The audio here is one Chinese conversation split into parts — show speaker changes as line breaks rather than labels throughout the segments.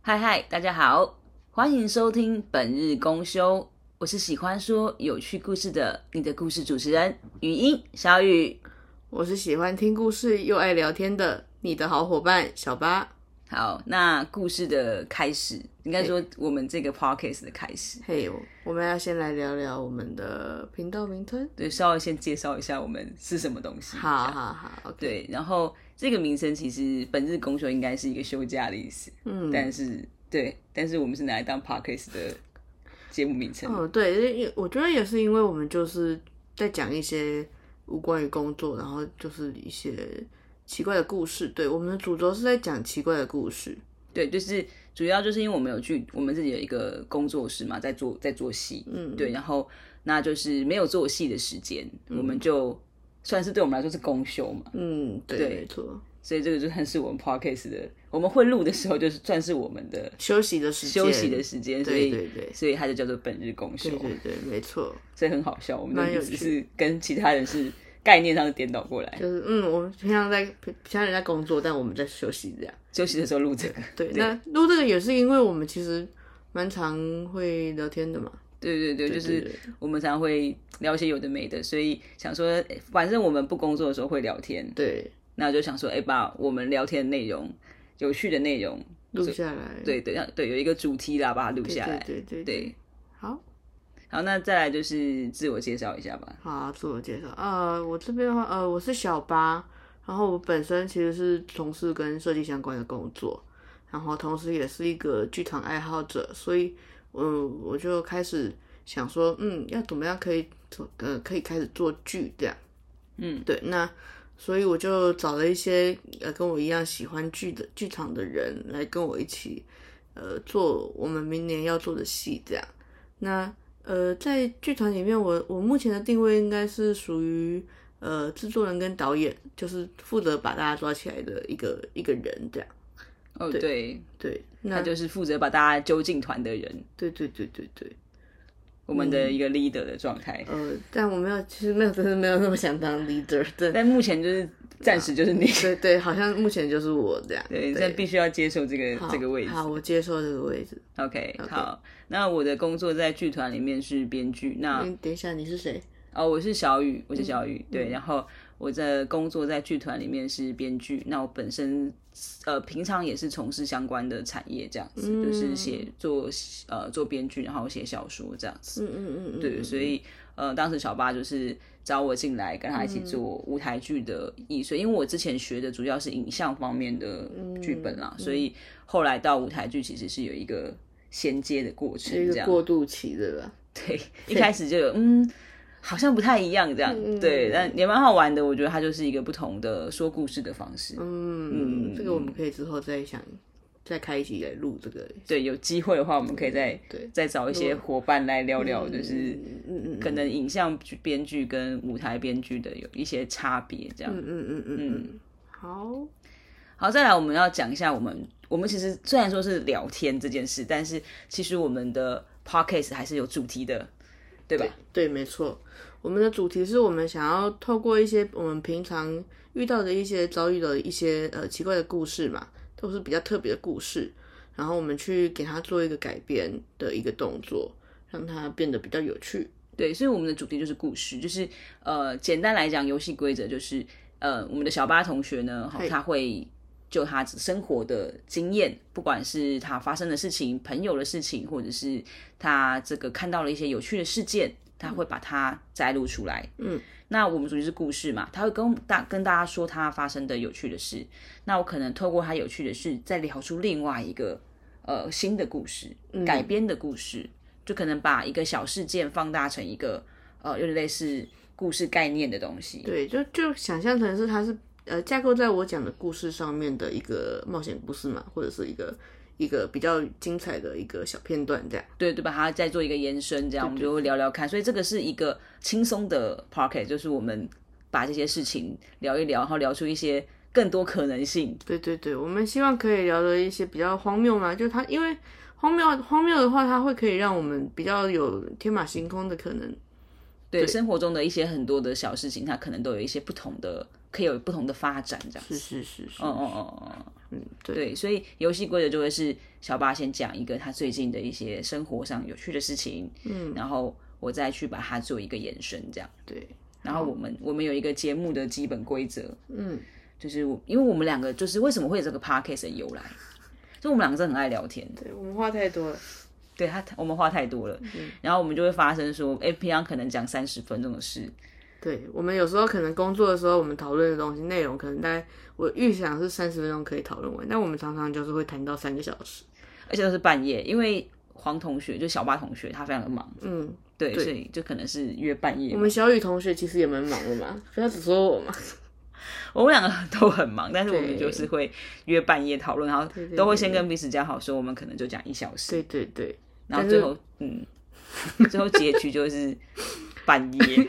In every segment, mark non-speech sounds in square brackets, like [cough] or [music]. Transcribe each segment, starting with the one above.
嗨嗨，大家好，欢迎收听本日公休，我是喜欢说有趣故事的你的故事主持人语音小雨。
我是喜欢听故事又爱聊天的你的好伙伴小八。
好，那故事的开始，应该说我们这个 podcast 的开始，
嘿、我我们要先来聊聊我们的频道名称。
对，稍微先介绍一下我们是什么东西。
好
这样，
好好，OK，
对，然后这个名称其实本日公休应该是一个休假的意思，
嗯，
但是对，但是我们是拿来当 podcast 的节目名称。
嗯，对，因为我觉得也是因为我们就是在讲一些无关于工作，然后就是一些奇怪的故事。对，我们的主轴是在讲奇怪的故事。
对，就是主要就是因为我们有去我们自己有一个工作室嘛，在做在做戏，
嗯，
对，然后那就是没有做戏的时间，我们就算是对我们来说是公休嘛，
嗯，对，
对
没错，
所以这个就算是我们 podcast 的，我们会录的时候就是算是我们的
休息的时间，
休息的时间，所
对
以
对对
所以它就叫做本日公休
对，对对，没错，
所以很好笑，我们的
蛮有
名字
趣
是跟其他人是概念上是颠倒过来，
就是嗯，我们平常在平常人在工作，但我们在休息这样。
休息的时候录这个，
对，那录这个也是因为我们其实蛮常会聊天的嘛，
对对对，就
对
是我们常常会聊一些有的没的，所以想说，诶反正我们不工作的时候会聊天，
对，
那就想说，哎、把我们聊天的内容、有趣的内容，
录下来，
对对让对，有一个主题啦，把它录
对，
下来。
对对对
对，
好，
好，那再来就是自我介绍一下吧。
好，自我介绍，呃，我这边的话，呃，我是小八，然后我本身其实是从事跟设计相关的工作，然后同时也是一个剧场爱好者，所以，嗯，我就开始想说，嗯，要怎么样可以做，呃，可以开始做剧这样。
嗯，
对，那所以我就找了一些呃跟我一样喜欢剧的剧场的人来跟我一起，呃，做我们明年要做的戏这样。那呃，在剧团里面，我我目前的定位应该是属于呃制作人跟导演，就是负责把大家抓起来的一个一个人这样。
哦，对，
对，
他
那
就是负责把大家揪进团的人，
对对对对对，
我们
嗯
的一个 leader 的状态。
呃，但我没有，其实没有，真的没有那么想当 leader，对
但目前就是暂时就是你，
啊对对，好像目前就是我这样。
对，但必须要接受这个
好
这个位置。
好，我接受这个位置。
OK，好，那我的工作在剧团里面是编剧，那
嗯，等一下，你是谁？
哦，我是小雨，我是小雨，
嗯
对，然后我在工作在剧团里面是编剧，那我本身呃平常也是从事相关的产业这样子，就是
嗯
写做呃做编剧，然后写小说这样子，
嗯嗯嗯，
对，所以呃当时小八就是找我进来跟他一起
嗯
做舞台剧的艺术，因为我之前学的主要是影像方面的剧本
嗯
啦，所以后来到舞台剧其实是有一个衔接的过程，
是一
这
个
样
过渡期，对吧？
对， [laughs] 一开始就有嗯，好像不太一样这样，
嗯
对，但也蛮好玩的。我觉得它就是一个不同的说故事的方式。
嗯，这个我们可以之后再想，再开一集来录这个。
对，有机会的话，我们可以再
对
再找一些伙伴来聊聊，就是
嗯嗯嗯
可能影像编剧跟舞台编剧的有一些差别这样。
嗯嗯嗯嗯嗯，好，
好，再来我们要讲一下我们我们其实虽然说是聊天这件事，但是其实我们的 podcast 还是有主题的，对吧？
对，没错。我们的主题是我们想要透过一些我们平常遇到的一些遭遇的一些呃奇怪的故事嘛，都是比较特别的故事，然后我们去给它做一个改编的一个动作，让它变得比较有趣。
对，所以我们的主题就是故事，就是呃，简单来讲，游戏规则就是呃，我们的小八同学呢，哈，他会就他生活的经验，不管是他发生的事情、朋友的事情，或者是他这个看到了一些有趣的事件，他会把它摘录出来。
嗯，
那我们主题是故事嘛，他会跟大跟大家说他发生的有趣的事，那我可能透过他有趣的事，再聊出另外一个呃新的故事，改编的故事。就可能把一个小事件放大成一个呃，有点类似故事概念的东西。
对，就就想象成是它是呃架构在我讲的故事上面的一个冒险故事嘛，或者是一个一个比较精彩的一个小片段这样。
对对，把它再做一个延伸，这样我们就会聊聊看。所以这个是一个轻松的 pocket，就是我们把这些事情聊一聊，然后聊出一些更多可能性。
对对对，我们希望可以聊的一些比较荒谬嘛，就它因为荒谬荒谬的话，它会可以让我们比较有天马行空的可能。
对生活中的一些很多的小事情，它可能都有一些不同的，可以有不同的发展，这样。
是是是是，
哦哦哦哦哦，
嗯，对，
对，所以游戏规则就会是小八先讲一个他最近的一些生活上有趣的事情，
嗯，
然后我再去把它做一个延伸，这样。
对，
然后我们我们有一个节目的基本规则，
嗯，
就是我因为我们两个就是为什么会有这个 podcast 的由来，就我们两个真的很爱聊天，
对我们话太多了，
对他我们话太多了，
嗯
然后我们就会发生说，哎，平常可能讲三十分钟的事，
对我们有时候可能工作的时候，我们讨论的东西内容，可能大概我预想是三十分钟可以讨论完，但我们常常就是会谈到三个小时。
而且都是半夜，因为黄同学就小八同学他非常的忙，
嗯，
对，
对
所以就可能是约半夜
我
嘛。
们小雨同学其实也蛮忙的嘛，不要只说我嘛。
我们两个都很忙，但是我们
对
就是会约半夜讨论，然后
对对
都会先
对
跟彼此讲好说我们可能就讲一小时，
对对对，
然后
但
最
是
后嗯，最后结局就是半夜。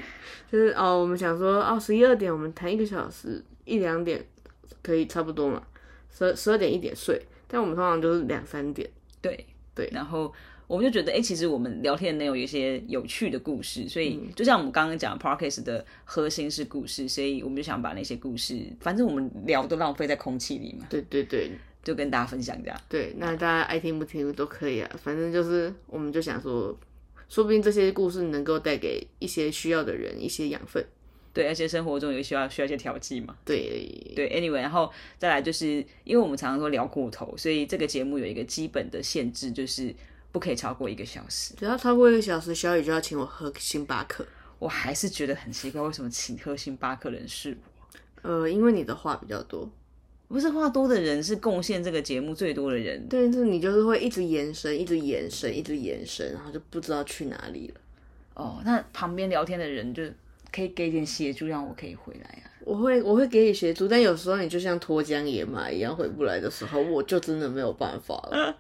就是哦，我们想说哦，十一二点我们谈一个小时，一两点可以差不多嘛，十十二点一点睡，但我们通常就是两三点。
对
对
然后我们就觉得，哎、其实我们聊天的内容有一些有趣的故事，所以就像我们刚刚讲 p a r k a s 的核心是故事，所以我们就想把那些故事，反正我们聊都浪费在空气里嘛，
对对对
就跟大家分享这样。
对，那大家爱听不听都可以啊，反正就是我们就想说，说不定这些故事能够带给一些需要的人一些养分。
对，而且生活中也需要需要一些调剂嘛。
对
对，anyway，然后再来就是，因为我们常常说聊过头，所以这个节目有一个基本的限制，就是不可以超过一个小时。
只要超过一个小时，小雨就要请我喝星巴克。
我还是觉得很奇怪，为什么请喝星巴克的人是我？
呃，因为你的话比较多，
不是话多的人，是贡献这个节目最多的人。
对，就是你就是会一直延伸，一直延伸，一直延伸，然后就不知道去哪里了。
哦，那旁边聊天的人就可以给一点协助，让我可以回来啊。
我会我会给你协助，但有时候你就像脱缰野马一样回不来的时候，我就真的没有办法
[laughs]
了。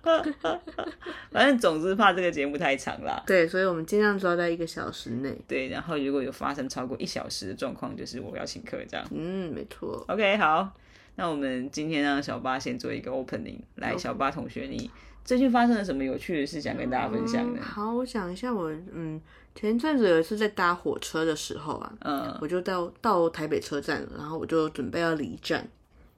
反正总之怕这个节目太长啦。
对，所以我们尽量抓在一个小时内。
对，然后如果有发生超过一小时的状况，就是我要请客这样。
嗯，没错。
OK，好，那我们今天让小八先做一个 opening。来，小八同学，你最近发生了什么有趣的事想跟大家分享
嗯
呢？
好，我想一下我，嗯，前阵子有一次在搭火车的时候啊，
嗯，
我就到到台北车站了，然后我就准备要离站，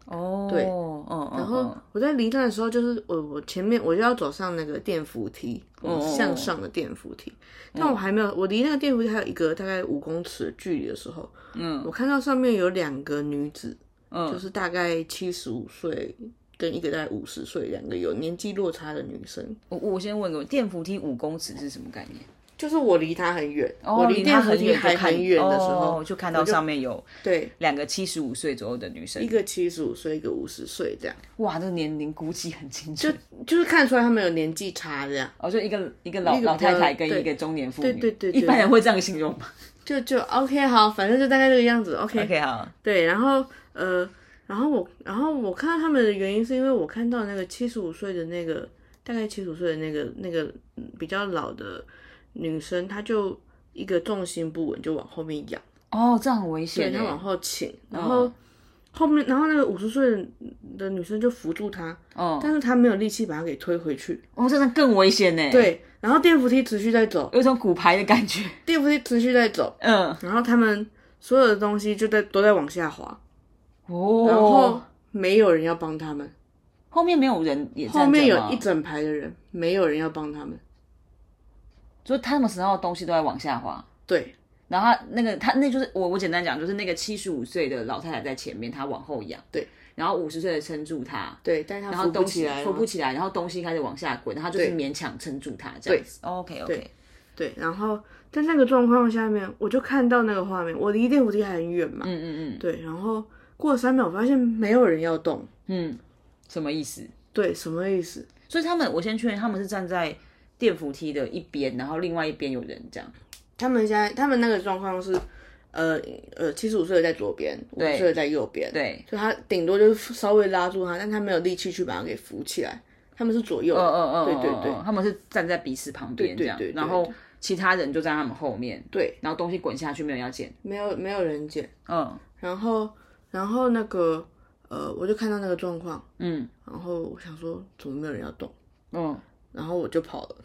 哦，
对
嗯嗯，
然后
嗯
哦我在离站的时候，就是我我前面我就要走上那个电扶梯，
哦嗯哦哦
向上的电扶梯，但我还没有，我离那个电扶梯还有一个大概五公尺的距离的时候，
嗯，
我看到上面有两个女子，
嗯
就是大概七十五岁跟一个大概五十岁，两个有年纪落差的女生。
我我先问个问题，电扶梯五公尺是什么概念？
就是我离她很远，
哦
我离电
它
扶
很
梯
远就
还
看
很远的时候，
哦就看到上面有
对，
两个七十五岁左右的女生
一，个七十五岁，一个五十岁，这样
哇，这个年龄估计很清楚。
就是看出来他们有年纪差，这样
哦，就一个一个老
一个
老
比较
太太跟
对
一个中年妇女，
对对对对
一般人会这样形容吗
就就 OK 好，反正就大概这个样子 OK
？OK 好，
对，然后呃，然后我然后我看到他们的原因是因为我看到那个七十五岁的那个大概七十五岁的那个那个嗯比较老的女生，她就一个重心不稳就往后面仰，
哦，这样很危险
对，
耶。
她往后倾，
哦
然后。后面，然后那个五十岁的的女生就扶住她，
哦，
但是她没有力气把她给推回去。
哦，真的更危险呢。，
对，然后电扶梯持续在走，
有一种骨牌的感觉。
电扶梯持续在走，
嗯，
然后他们所有的东西就在都在往下滑，
哦，
然后没有人要帮他们，
后面没有人也站着
后面
吗
有一，整排的人，没有人要帮他们。
就他们身上的东西都在往下滑。
对
然后他那个他那就是我我简单讲，就是那个七十五岁的老太太在前面，她往后仰。
对，
然后五十岁的撑住她，
对，但是
然
他
后
扶不
东
起
西
来了
扶
嘛，
不起来，然后东西开始往下滚，然后她就是
对
勉强撑住她这样子。OK 哦 OK，
对，然后在那个状况下面，我就看到那个画面，我离电扶梯还很远嘛，
嗯嗯嗯
对，然后过了三秒，我发现没有人要动，
嗯，什么意思？
对，什么意思？
所以他们，我先确认他们是站在电扶梯的一边，然后另外一边有人这样。
他们现在他们那个状况是，呃呃，七十五岁的在左边，五十岁的在右边，
对，
所以他顶多就是稍微拉住他，但他没有力气去把他给扶起来。他们是左右的，
呃呃呃，
对对
呃
对
呃他们是站在彼此旁边这样
对对对，对
然后其他人就在他们后面，
对，
然后东西滚下去，没有人要捡。
没有没有人捡。
嗯
然后然后那个呃，我就看到那个状况，
嗯
然后我想说怎么没有人要动，
嗯，
然后我就跑了，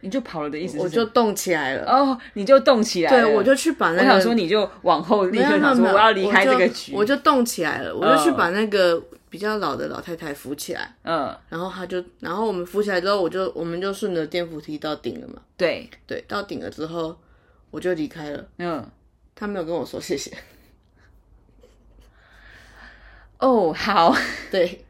你就跑了的意思是
我
什么
就动起来了。
哦，你就动起来了。
对，我就去把那
我
个
想说，你就往后立
没有
刻
没有
想
没
说
有
我要离开这个
我
局，哦
就我就动起来了，我就去把那个比较老的老太太扶起来，
嗯，
然后她就，然后我们扶起来之后，我就我们就顺着电扶梯到顶了嘛。
对，
对，到顶了之后，我就离开了。
嗯，
她没有跟我说谢谢。
哦，好， [laughs]
对，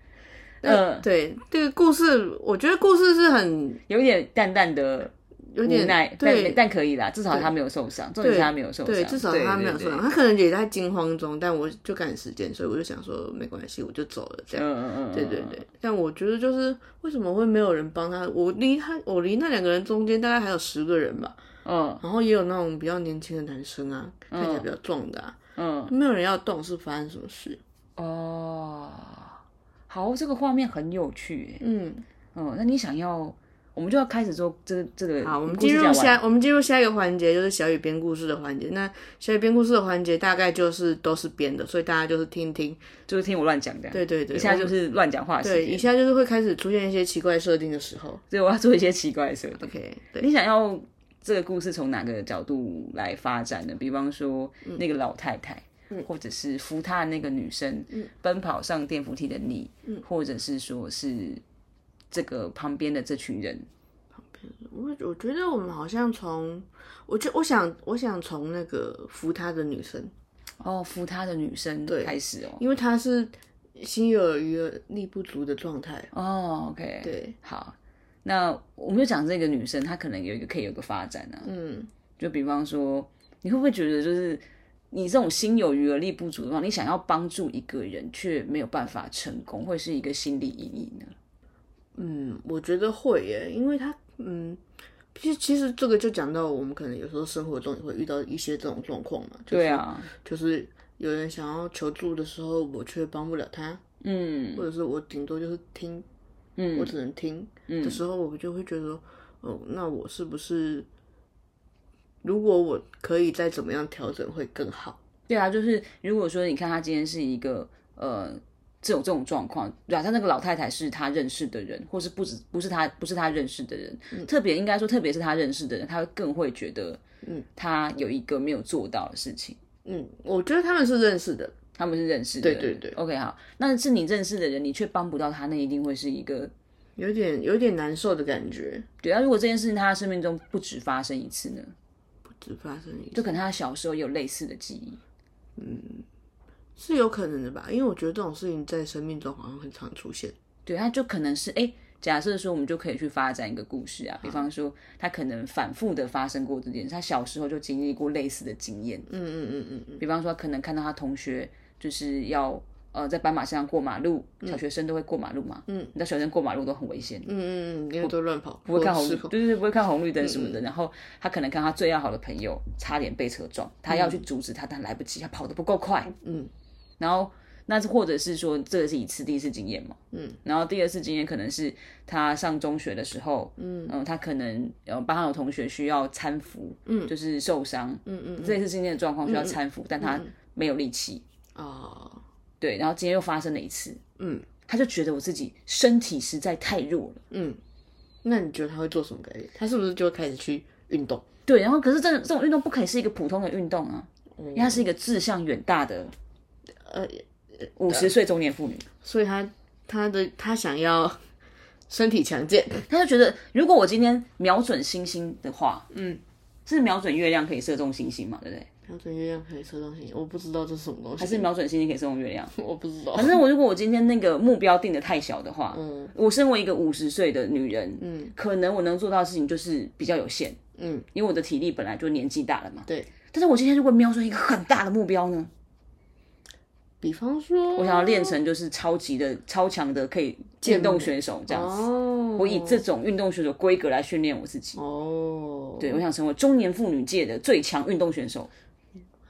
嗯
[laughs] 对，这个故事，我觉得故事是很
有一点淡淡的
有
无
点
奈，但
对
但可以啦，至少他没有受伤，重点是他没有受伤，
对，至少他没有受伤，
对对
他可能也在惊慌中，但我就赶时间，所以我就想说没关系，我就走了这样。
嗯嗯嗯，嗯
对对对，，但我觉得就是为什么会没有人帮他？我离他，我离那两个人中间大概还有十个人吧，
嗯
然后也有那种比较年轻的男生啊，看起来比较壮的啊，
嗯，
没有人要动，是发生什么事？
哦，好，这个画面很有趣耶，
嗯，
嗯，那你想要，我们就要开始做这这个故事讲完，
好，我们进入下，我们进入下一个环节，就是小雨编故事的环节。那小雨编故事的环节大概就是都是编的，所以大家就是听听。
就是听我乱讲的，
对对对，
一下
我
就
们
是乱讲话的时
对，
间
以，下就是会开始出现一些奇怪设定的时候。
所以我要做一些奇怪的设定。
OK，对，
你想要这个故事从哪个角度来发展呢？比方说
嗯
那个老太太，或者是扶她的那个女生，
嗯
奔跑上电扶梯的你，或者是说是这个旁边的这群人，
我我觉得我们好像从，我就我想我想从那个扶他的女生，
哦，扶她的女生
对
开始哦。
因为她是心有余而力不足的状态。
哦，OK，，
对，
好，那我们就讲这个女生，她可能有一个可以有个发展啊。
嗯，
就比方说，你会不会觉得就是你这种心有余而力不足的话，你想要帮助一个人却没有办法成功，会是一个心理阴影呢？
嗯，我觉得会耶，因为他，嗯，其实其实这个就讲到我们可能有时候生活中也会遇到一些这种状况嘛，就是、
对，啊，
就是有人想要求助的时候，我却帮不了他，
嗯
或者是我顶多就是听，
嗯，
我只能听、的时候，我就会觉得，哦，那我是不是，如果我可以再怎么样调整会更好？
对啊，就是如果说你看他今天是一个呃。这种这种状况，假设那个老太太是他认识的人，或是不止不是他不是他认识的人，
嗯
特别应该说，特别是他认识的人，他会更会觉得，嗯，他有一个没有做到的事情，
嗯，我觉得他们是认识的，
他们是认识的人，
对对对
OK，好，那是你认识的人，你却帮不到他，那一定会是一个
有点有点难受的感觉，
对啊，如果这件事情他的生命中不止发生一次呢，
只发生一次
就可能他小时候也有类似的记忆。
是有可能的吧，因为我觉得这种事情在生命中好像很常出现。
对，他就可能是哎，诶假设说我们就可以去发展一个故事啊，比方说他可能反复的发生过这件事，他小时候就经历过类似的经验。
嗯嗯嗯嗯嗯，
比方说，可能看到他同学就是要呃在斑马线上过马路，小学生都会过马路嘛，嗯，你知道小学生过马路都很危险，
嗯嗯嗯，因为都乱跑，
不
不嗯
会看红，
失
对
控。
对对，不会看红绿灯什么的。然后他可能看他最要好的朋友差点被车撞，他要去阻止他，但来不及，他跑得不够快。
嗯，
然后那或者是说，这个是一次第一次经验嘛。
嗯，
然后第二次经验可能是他上中学的时候，嗯他可能呃班上有同学需要搀扶，嗯，就是受伤，嗯
嗯
这一次经验的状况需要搀扶，但他没有力气，
哦，
对，然后今天又发生了一次，
嗯，
他就觉得我自己身体实在太弱了。
嗯，那你觉得他会做什么改变？他是不是就会开始去运动？
对，然后可是这这种运动不可以是一个普通的运动啊，因为它是一个志向远大的
嗯呃，
五十岁中年妇女，
所以他他的他想要 [laughs] 身体强健，
她就觉得如果我今天瞄准星星的话，嗯，是瞄准月亮可以射中星星嘛，对不对？
标准月亮可以射中星星，我不知道这是什么东西，还
是瞄准星星可以射中月亮。
我不知道。
反正我如果我今天那个目标定的太小的话，
嗯
我身为一个五十岁的女人，
嗯
可能我能做到的事情就是比较有限，
嗯，
因为我的体力本来就年纪大了嘛。
对，
但是我今天如果瞄准一个很大的目标呢？
比方说，
我想要练成就是超级的、超强的，可以运动选手这样子。
哦，
我以这种运动选手规格来训练我自己。
哦，
对，我想成为中年妇女界的最强运动选手。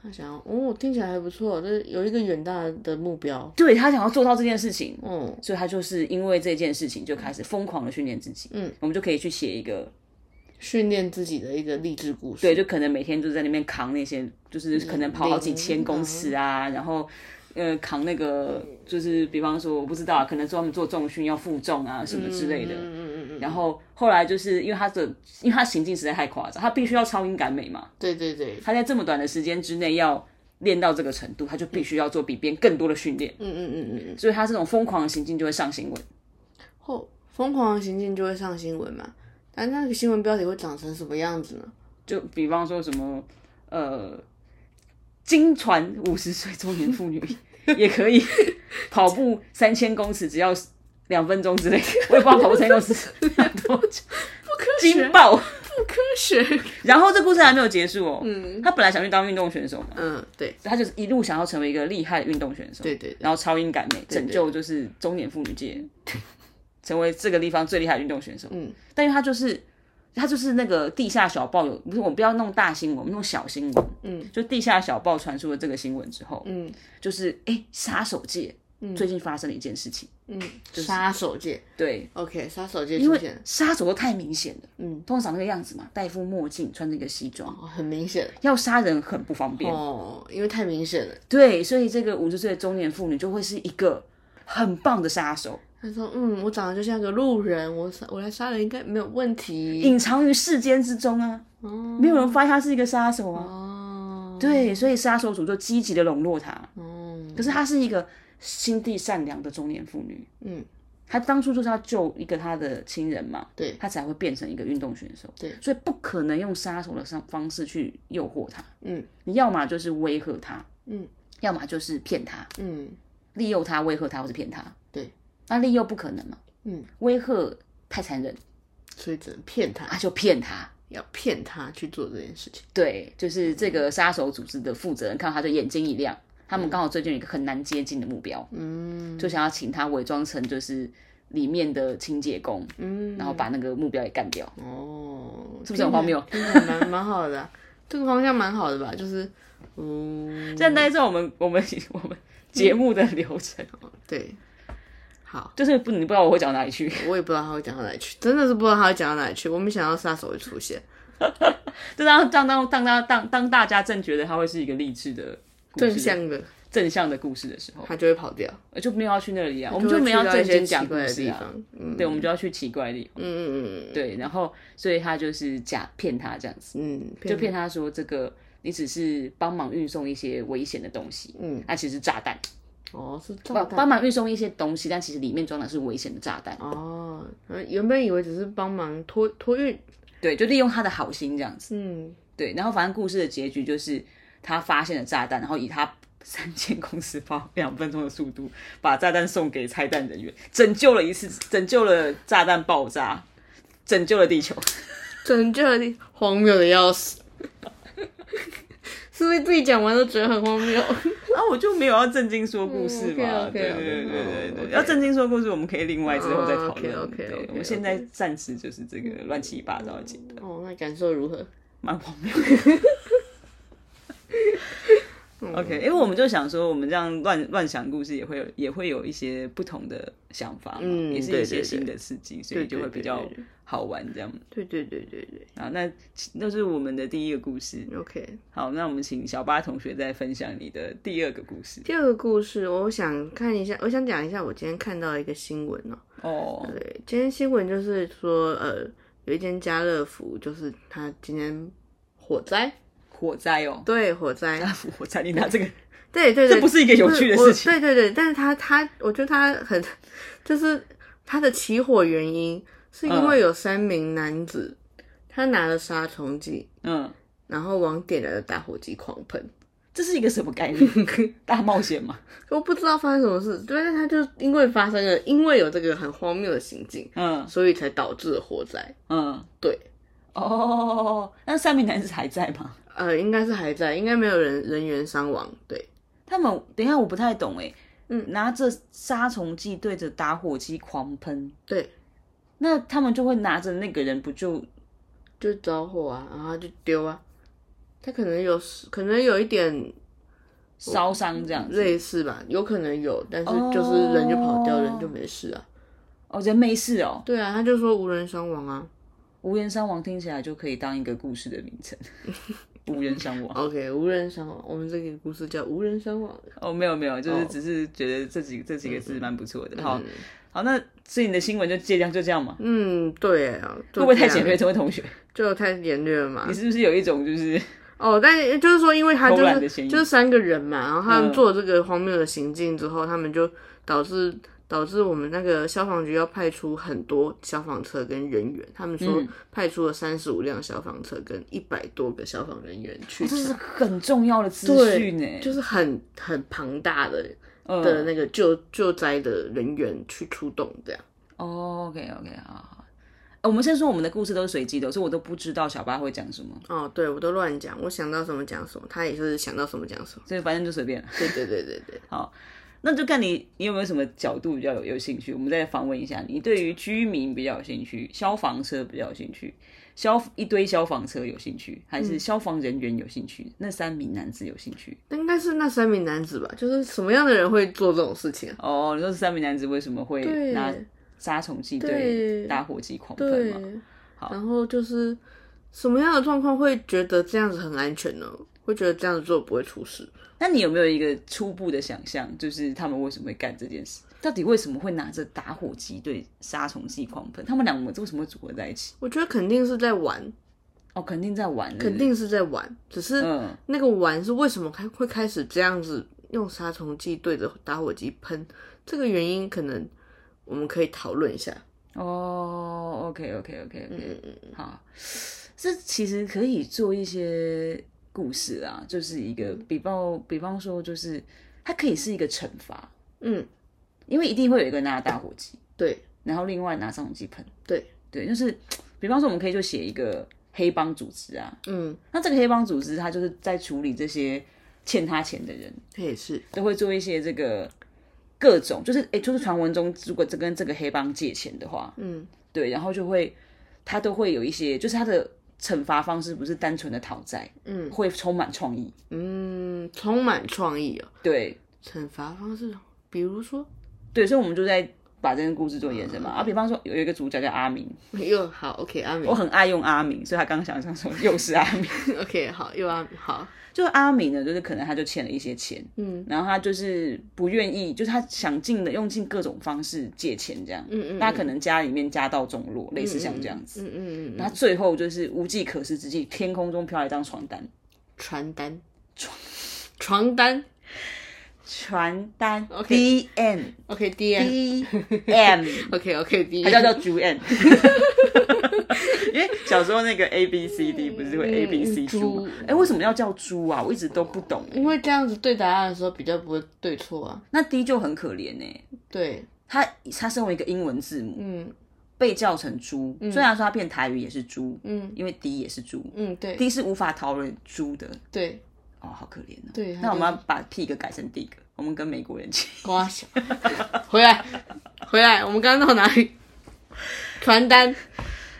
他想要哦，听起来还不错，这有一个远大的目标。
对他想要做到这件事情，
嗯，
所以他就是因为这件事情就开始疯狂的训练自己。嗯，我们就可以去写一个，
训练自己的一个励志故事。
对，就可能每天就在那边扛那些，就是
嗯
可能跑好几千公尺啊，然后。呃，扛那个就是，比方说，我不知道啊，可能专门做重训要负重啊什么之类的。
嗯嗯嗯嗯，
然后后来就是因为他的，因为他行径实在太夸张，他必须要超英赶美嘛。
对对对，
他在这么短的时间之内要练到这个程度，他就必须要做比别人更多的训练，
嗯嗯嗯嗯嗯，
所以他这种疯狂的行径就会上新闻。
后疯狂的行径就会上新闻嘛。但那个新闻标题会长成什么样子呢？
就比方说什么呃，金传五十岁中年妇女也可以跑步三千公尺，只要两分钟之类的，我也不知道跑步三千公尺要多久，
科
惊爆！
不科学。
然后这故事还没有结束哦，
嗯
他本来想去当运动选手嘛，
[laughs] 嗯，对
他就是一路想要成为一个厉害的运动选手，
对对对，
然后超英赶美，
对
拯救就是中年妇女
[laughs]
界，成为这个地方最厉害的运动选手。
嗯，
但因为他就是他就是那个地下小报有，不是我们不要弄大新闻，我们弄小新闻。
嗯，
就地下小报传出了这个新闻之后，
嗯
就是哎，杀手界
嗯
最近发生了一件事情，
嗯，杀手界
对，
，OK，杀手界
因
出
为
现了，
杀手都太明显了，
嗯，
通常那个样子嘛，戴副墨镜，穿着一个西装，
哦，很明显
要杀人很不方便。
哦，因为太明显了。
对，所以这个五十岁的中年妇女就会是一个很棒的杀手。
他说，嗯，我长得就像个路人，我杀我来杀人应该没有问题。
隐藏于世间之中啊，
哦
没有人发现他是一个杀手啊。
哦，，
对，所以杀手组就积极的笼络他。
哦，
可是她是一个心地善良的中年妇女，
嗯，
她当初就是要救一个她的亲人嘛，
对
她才会变成一个运动选手。
对
所以不可能用杀手的方方式去诱惑她。
嗯，
你要么就是威吓她，
嗯，
要么就是骗她，
嗯
利诱她、威吓她或是骗她。
对，
那利诱不可能嘛，
嗯，
威吓太残忍，
所以只能骗他，
啊就骗她。
要骗他去做这件事情。
对，
嗯
就是这个杀手组织的负责人看到他就眼睛一亮，他们刚好最近有一个很难接近的目标，
嗯
就想要请他伪装成就是里面的清洁工，
嗯，
然后把那个目标给干掉。
哦，
是不是很荒谬
听起来？听起来蛮蛮好的啊、这个方向蛮好的吧？就是，嗯，
现在是我们我们我们节目的流程，
哦对，好，
就是不你不知道我会讲哪里去，
我也不知道他会讲到哪里去，真的是不知道他会讲到哪里去。我没想到杀手会出现，
就当当当当当当当大家正觉得它会是一个励志的故事
正向的
正向的故事的时候，
他就会跑掉，
就没有要去那里啊，我
我
们就没有要
到一
正
些
经
奇
讲故
怪的
事
地
啊，
方。嗯，
对，我们就要去奇怪的地方。
嗯嗯嗯
对，然后所以他就是假骗他这样子。
嗯，
就骗他说这个你只是帮忙运送一些危险的东西，
嗯，
那、其实是炸弹，
哦，是炸
帮
弹
帮忙运送一些东西，但其实里面装的是危险的炸弹，
哦，呃原本以为只是帮忙托托运，
对，就利用他的好心这样子，
嗯，
对，然后反正故事的结局就是他发现了炸弹，然后以他。三千公尺跑两分钟的速度，把炸弹送给拆弹人员，拯救了一次，拯救了炸弹爆炸，拯救了地球。 [laughs]
拯救了你，荒谬的要 [laughs] 死。是不是自己讲完都觉得很荒谬？ [laughs]
啊，我就没有要正经说故事嘛，
嗯，OK，OK，
对对对对对
嗯
对，
，OK
要正经说故事，我们可以另外之后再讨论。
嗯，OK，OK，OK，
对
OK，
我们现在暂时就是这个乱七八糟的阶段，
哦，那感受如何？
蛮荒谬
[laughs]
的。OK，因为嗯我们就想说，我们这样乱乱想故事，也会有也会有一些不同的想法嘛，
嗯
也是
对
一
对
些
对
新的刺激，所以
对对
就会比
对
较
对对
好玩这样。
对对对对对
啊，那那是我们的第一个故事。
，OK。
好，那我们请小八同学再分享你的第二个故事
第二个故事，我想看一下，我想讲一下我今天看到一个新闻哦。
哦。
对，今天新闻就是说，呃，有一间家乐福，就是它今天火灾，
火灾哦， [laughs]
对，火灾，
火灾，你拿这个
对对对，
这不是一个有趣的
不是
事情
我对对对，但是他他，我觉得他很，就是他的起火原因是因
嗯
为有三名男子，他拿了杀虫剂，
嗯，
然后往点燃的打火机狂喷。
这是一个什么概念？ [laughs] 大冒险嘛？
我不知道发生什么事，对，但他就因为发生了，因为有这个很荒谬的行径，
嗯
所以才导致了火灾。
嗯，
对，
哦，那三名男子还在吗？
呃，应该是还在，应该没有人人员伤亡。对，
他们等一下我不太懂哎，
嗯
拿着杀虫剂对着打火机狂喷，
对，
那他们就会拿着那个人不就
就着火啊，然后就丢啊。他可能有，可能有一点
烧伤这样子？
类似吧，有可能有，但是
哦
就是人就跑掉，人就没事啊。
哦，人没事哦，
对啊，他就说无人伤亡啊。
无人伤亡听起来就可以当一个故事的名 [laughs] 称，无人伤亡。
OK，无人伤亡，我们这个故事叫无人伤亡。
哦，嗯没有没有，就是只是觉得这几这几个字蛮不错的。好，
哦嗯
好，那所以你的新闻就这样就这样嘛？
嗯，对啊，会
会不会太简略？这位同学，
就太简略了嘛
你。是不是有一种就是
嗯哦，但是就是说，因为他就
偷懒的嫌疑
是就是三个人嘛，然后他们
嗯
做这个荒谬的行径之后，他们就导致导致我们那个消防局要派出很多消防车跟人员，他们说
嗯
派出了三十五辆消防车跟一百多个消防人员去
这
场，
是很重要的资
对
讯呢，
就是很很庞大的的
嗯
那个救救灾的人员去出动这样。
，OK OK，好好。呃我们先说我们的故事都是随机的，所以我都不知道小八会讲什么，
哦，对我都乱讲，我想到什么讲什么，他也是想到什么讲什么。
所以反正就随便了。 [laughs]
对对对对对。
那就看你你有没有什么角度比较有有兴趣，我们再访问一下你。对于居民比较有兴趣，消防车比较有兴趣，消一堆消防车有兴趣，还
嗯
是消防人员有兴趣？那三名男子有兴趣？
那应该是那三名男子吧？就是什么样的人会做这种
[laughs]
事情啊？
哦，你说这三名男子为什么会
对
拿杀虫剂对
对
打火机狂喷
对
嘛？，
然后就是什么样的状况会觉得这样子很安全呢？会觉得这样子做不会出事？
那你有没有一个初步的想象，就是他们为什么会干这件事？到底为什么会拿着打火机对杀虫剂狂喷？他们两个为什么会组合在一起？
我觉得肯定是在玩，
哦，肯定在玩，
肯定是在玩，只
是不
是
是，嗯，
那个玩是为什么开会开始这样子用杀虫剂对着打火机喷？这个原因可能我们可以讨论一下。
哦，OK，OK，OK，OK，、
嗯嗯嗯，
好，这其实可以做一些故事啊，就是一个比方，比方说，就是它可以是一个惩罚，
嗯，
因为一定会有一个拿打火机，
对
然后另外拿杀虫剂喷，
对
对，就是比方说，我们可以就写一个黑帮组织啊，
嗯，
那这个黑帮组织，它就是在处理这些欠他钱的人，
他也是，
都会做一些这个各种，就是诶、就是传闻中，如果这跟这个黑帮借钱的话，
嗯，
对，然后就会他都会有一些，就是他的惩罚方式不是单纯的讨债，
嗯
会充满创意，
嗯，充满创意哦。
对
惩罚方式，哦比如说，
对，所以我们就在把这个故事做延伸嘛。啊，比方说有一个主角叫阿明，
又好，OK，阿明
我很爱用阿明，所以他刚刚想象说又是阿明，
，OK，好，又阿明，好，
就是阿明呢，就是可能他就欠了一些钱，
嗯
然后他就是不愿意，就是他想尽的用尽各种方式借钱这样，
嗯嗯
那可能家里面家道中落，类似像这样子，
嗯嗯嗯
那
嗯，
最后就是无计可施之际，天空中飘来一张床单，
传单，床床单
传单
OK
D
[laughs]
N
，OK D N
D M，
OK OK D
它
N，
叫叫 J N，因为小时候那个 A B C D 不
嗯
是会 A B C 猪吗？
猪
哎、为什么要叫猪啊？我一直都不懂。
因为这样子对答案的时候比较不会对错啊，
那 D 就很可怜呢、
对，
它它身为一个英文字母，
嗯
被叫成猪。虽然说它变台语也是猪，
嗯
因为 D 也是猪
嗯，对
，D 是无法讨论猪的。
对，
哦，好可怜哦。
对它
那我们
就是
要把 pig 改成 dig，我们跟美国人去。
瓜小， [laughs] 回来回来，我们刚刚到哪 [laughs] 里？传单，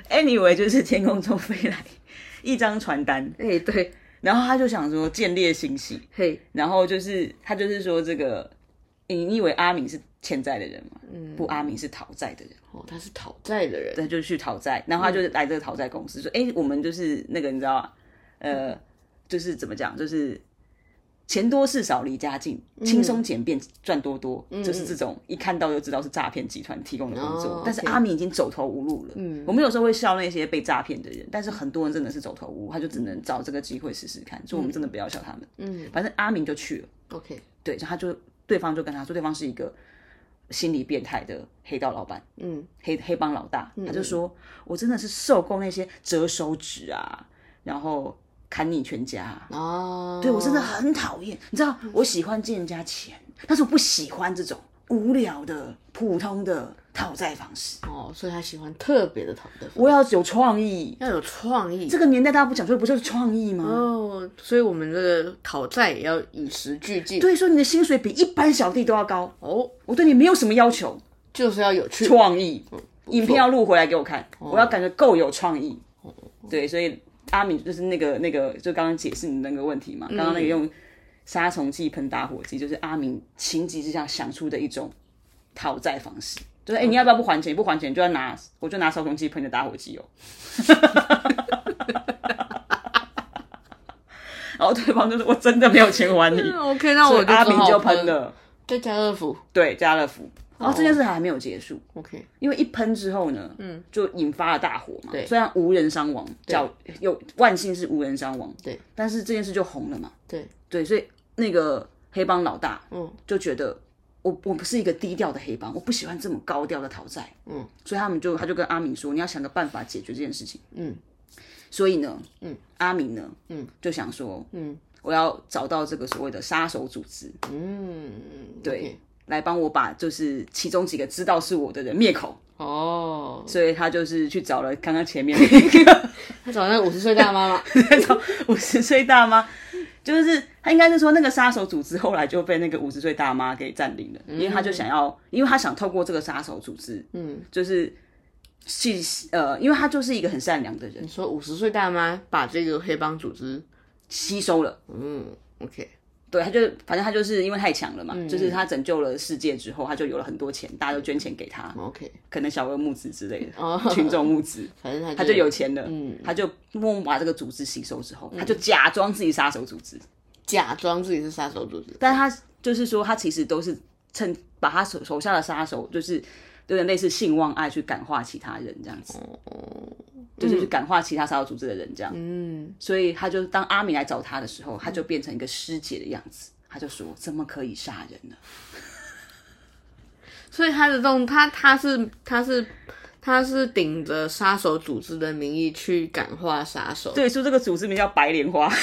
Anyway，就是天空中飞来一张传单，
哎对，
然后他就想说见猎心喜，
嘿，
然后就是他就是说这个，你你以为阿敏是欠债的人吗？
嗯
不，阿敏是讨债的人，
哦，他是讨债的人，
对，他就去讨债，然后他
嗯
就来这个讨债公司说，哎、我们就是那个你知道啊，
嗯
呃，就是怎么讲，就是钱多事少离家近，轻
嗯
松简便赚多多，就是这种一看到就知道是诈骗集团提供的工作。
哦
但是
OK
阿敏已经走投无路了，
嗯
我们有时候会笑那些被诈骗的人，但是很多人真的是走投无路，他就只能找这个机会试试看，所以我们真的不要笑他们。
嗯
反正阿明就去了，
，OK，
对，然后他就对方就跟他说，对方是一个心理变态的黑道老板，
嗯
黑黑帮老大，他就说：“我真的是受够那些折手指啊，然后砍你全家啊，
哦，嗯
对我真的很讨厌。你知道，我喜欢借人家钱，但是我不喜欢这种无聊的、普通的讨债方式。
哦，所以他喜欢特别的讨债，
我要有创意。
要有创意
这。个年代大家不讲究不就是创意吗？
哦，所以我们这个讨债也要与时俱进。
对，说你的薪水比一般小弟都要高，
哦，
我对你没有什么要求，
就是要有趣。
创意。影片要录回来给我看，
嗯
我要感觉够有创意。对，所以阿敏就是那个那个，就刚刚解释你那个问题
嗯
嘛，刚刚那个用杀虫剂喷打火机，就是阿敏情急之下想出的一种讨债方式。
嗯
就是哎、你要不要不还钱？你不还钱，你就要拿，我就拿杀虫剂喷你的打火机哦。 [laughs] 然后对方就说：“我真的没有钱还你。
嗯 [laughs] OK，那”我
阿
只
敏
好
就喷，了，
在家乐福。
对，家乐福。
哦
然后这件事还没有结束，
OK，
因为一喷之后呢，嗯，就引发了大火嘛。
对
虽然无人伤亡，叫有万幸是无人伤亡，
对，
但是这件事就红了嘛。
对
对，所以那个黑帮老大，
嗯，
就觉得我我不是一个低调的黑帮，我不喜欢这么高调的讨债，
嗯，
所以他们就他就跟阿明说，你要想个办法解决这件事情。
嗯，
所以呢，
嗯，
阿明呢，
嗯，
就想说，
嗯，
我要找到这个所谓的杀手组织，
嗯，
对来帮我把就是其中几个知道是我的人灭口。
OK，哦，
所以他就是去找了刚刚前面那个
他找那个五十岁大妈嘛，
五十岁大妈，就是他应该是说那个杀手组织后来就被那个五十岁大妈给占领了，因为他就想要，因为他想透过这个杀手组织，嗯，就是去呃，因为他就是一个很善良的人
你， [laughs] 说五十岁大妈把这个黑帮组织，
吸收了。
嗯，OK，
对，他就反正他就是因为太强了嘛，就是他拯救了世界之后，他就有了很多钱，大家都捐钱给他，
OK，
可能小额募资之类的，
哦
群众募资，
反正他
他就有钱了，他就默默把这个组织吸收之后，他就假装自己杀手组织，
假装自己是杀手组织，
但他就是说他其实都是趁把他手手下的杀手，就是有点类似性望爱去感化其他人这样子，就是去感化其他杀手组织的人这样，
嗯，
所以他就当阿米来找他的时候，他就变成一个师姐的样子，他就说怎么可以杀人呢？
所以他的这种他他是他是他是顶着杀手组织的名义去感化杀
[laughs]
手，
对，说这个组织名叫白莲花， [laughs]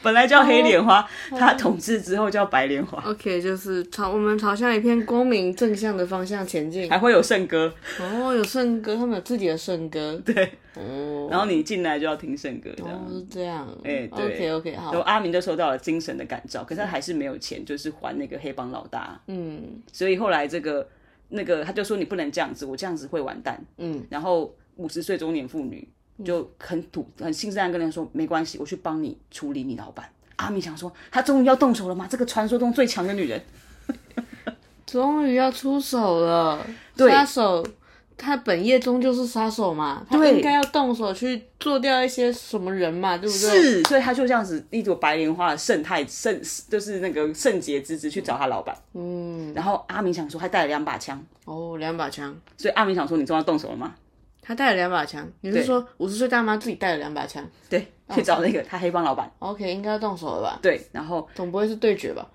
本来叫黑莲花，他统治之后叫白莲花，
，OK，就是朝我们朝向一片光明正向的方向前进。
还会有圣歌，
[laughs] 哦，有圣歌，他们有自己的圣歌，
对，
哦，
然后你进来就要听圣歌这
哦
样。
是这样，
哎对
o k OK，
然后
好，
阿明就受到了精神的感召，可是他还是没有钱，就是还那个黑帮老大。
嗯
所以后来这个那个他就说你不能这样子，我这样子会完蛋。
嗯，
然后五十岁中年妇女就很土很信誓旦旦跟人说没关系，我去帮你处理你老板。阿明想说，他终于要动手了吗？这个传说中最强的女人，
终于要出手了，
对
杀手。他本业终究是杀手嘛，他
对
应该要动手去做掉一些什么人嘛，对不对？
是，所以他就这样子一朵白莲花的圣太圣，就是那个圣洁之子去找他老板。
嗯，
然后阿明想说，他带了两把枪，
哦，两把枪，
所以阿明想说，你终于要动手了吗？
他带了两把枪。你是说五十岁大妈自己带了两把枪
对，
哦
去找那个他黑帮老板。
？OK，应该要动手了吧？
对，然后
总不会是对决吧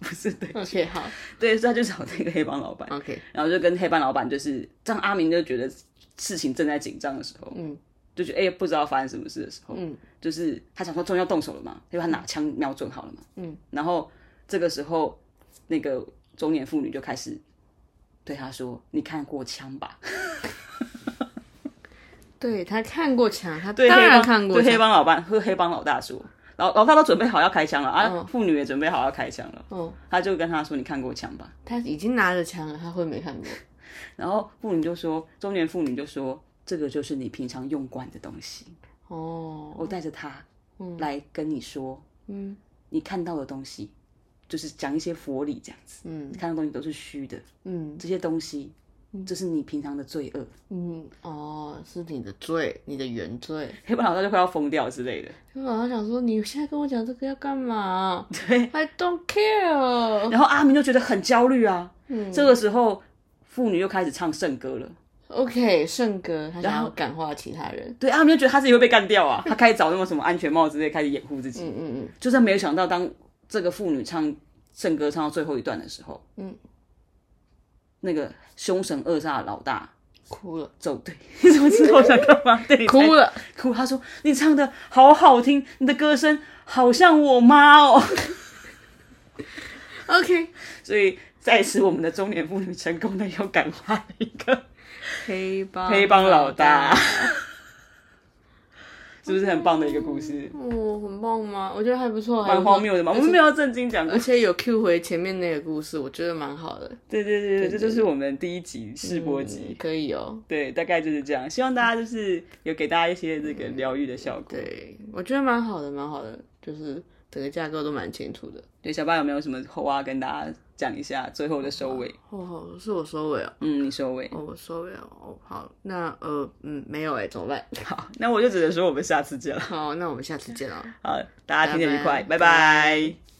不是对
？OK，好
对，所以他就找那个黑帮老板。
，OK，
然后就跟黑帮老板就是，让阿明就觉得事情正在紧张的时候，
嗯，
就觉得哎、不知道发生什么事的时候，
嗯，
就是他想说终于要动手了嘛，因为他拿枪瞄准好了嘛，
嗯，
然后这个时候那个中年妇女就开始对他说：“你看过枪吧？”
对他看过枪，他
对
当
黑
然
帮
看过
对黑
枪。
帮老板和黑帮老大说，老老大都准备好要开枪了啊，
嗯
妇女也准备好要开枪了，
哦，
他就跟他说：“你看过枪吧？”
他已经拿着枪了，他会没看过？
然后妇女就说，中年妇女就说，这个就是你平常用惯的东西，
哦，
我带着它来跟你说，
嗯
你看到的东西，就是讲一些佛理这样子，
嗯
你看到的东西都是虚的，
嗯
这些东西，这是你平常的罪恶。 [laughs]
嗯，哦，是你的罪，你的原罪。
黑帮老大就快要疯掉之类的。
我好像想说，你现在跟我讲这个要干嘛
[laughs] 对，
？I don't care。 [laughs]
然后阿明就觉得很焦虑啊。这个时候，妇女又开始唱圣歌了。
OK，圣哥他想要感化其他人。
对，阿明就觉得他自己会被干掉啊，他开始找那种什么安全帽之类，开始掩护自己。
嗯嗯嗯。
就是没有想到，当这个妇女唱圣歌唱到最后一段的时候，
嗯，
那个凶神恶煞的老大
哭了，
走，对， [laughs] 你怎么知道我想干嘛？对，你才
哭了，
[laughs] 哭，他说你唱的好好听，你的歌声好像我妈哦， [laughs]
OK，
所以在此我们的中年妇女成功的又感化了一个 [laughs]
黑帮
黑帮老大，，是不是很棒的一个故事？
哦，很棒吗？我觉得还不错，还
蛮
不错
荒谬的嘛，我们没有要正经讲故
而
事。
且有 Q 回前面那个故事，我觉得蛮好的。
[laughs] 对对对对，这就是我们第一集试播集。
嗯可以哦。
对，大概就是这样。希望大家就是有给大家一些这个疗愈的效果。
对，我觉得蛮好的，蛮好的，就是整个架构都蛮清楚的。
对，小八有没有什么后话跟大家讲一下？最后的收尾，
哦，是我收尾哦。
嗯，你收尾。
哦，我收尾了哦，好，那呃，嗯，没有哎、怎么办？
好，那我就只能说我们下次见了。
好，那我们下次见了。
好，大家听得愉快，
拜
拜
拜
拜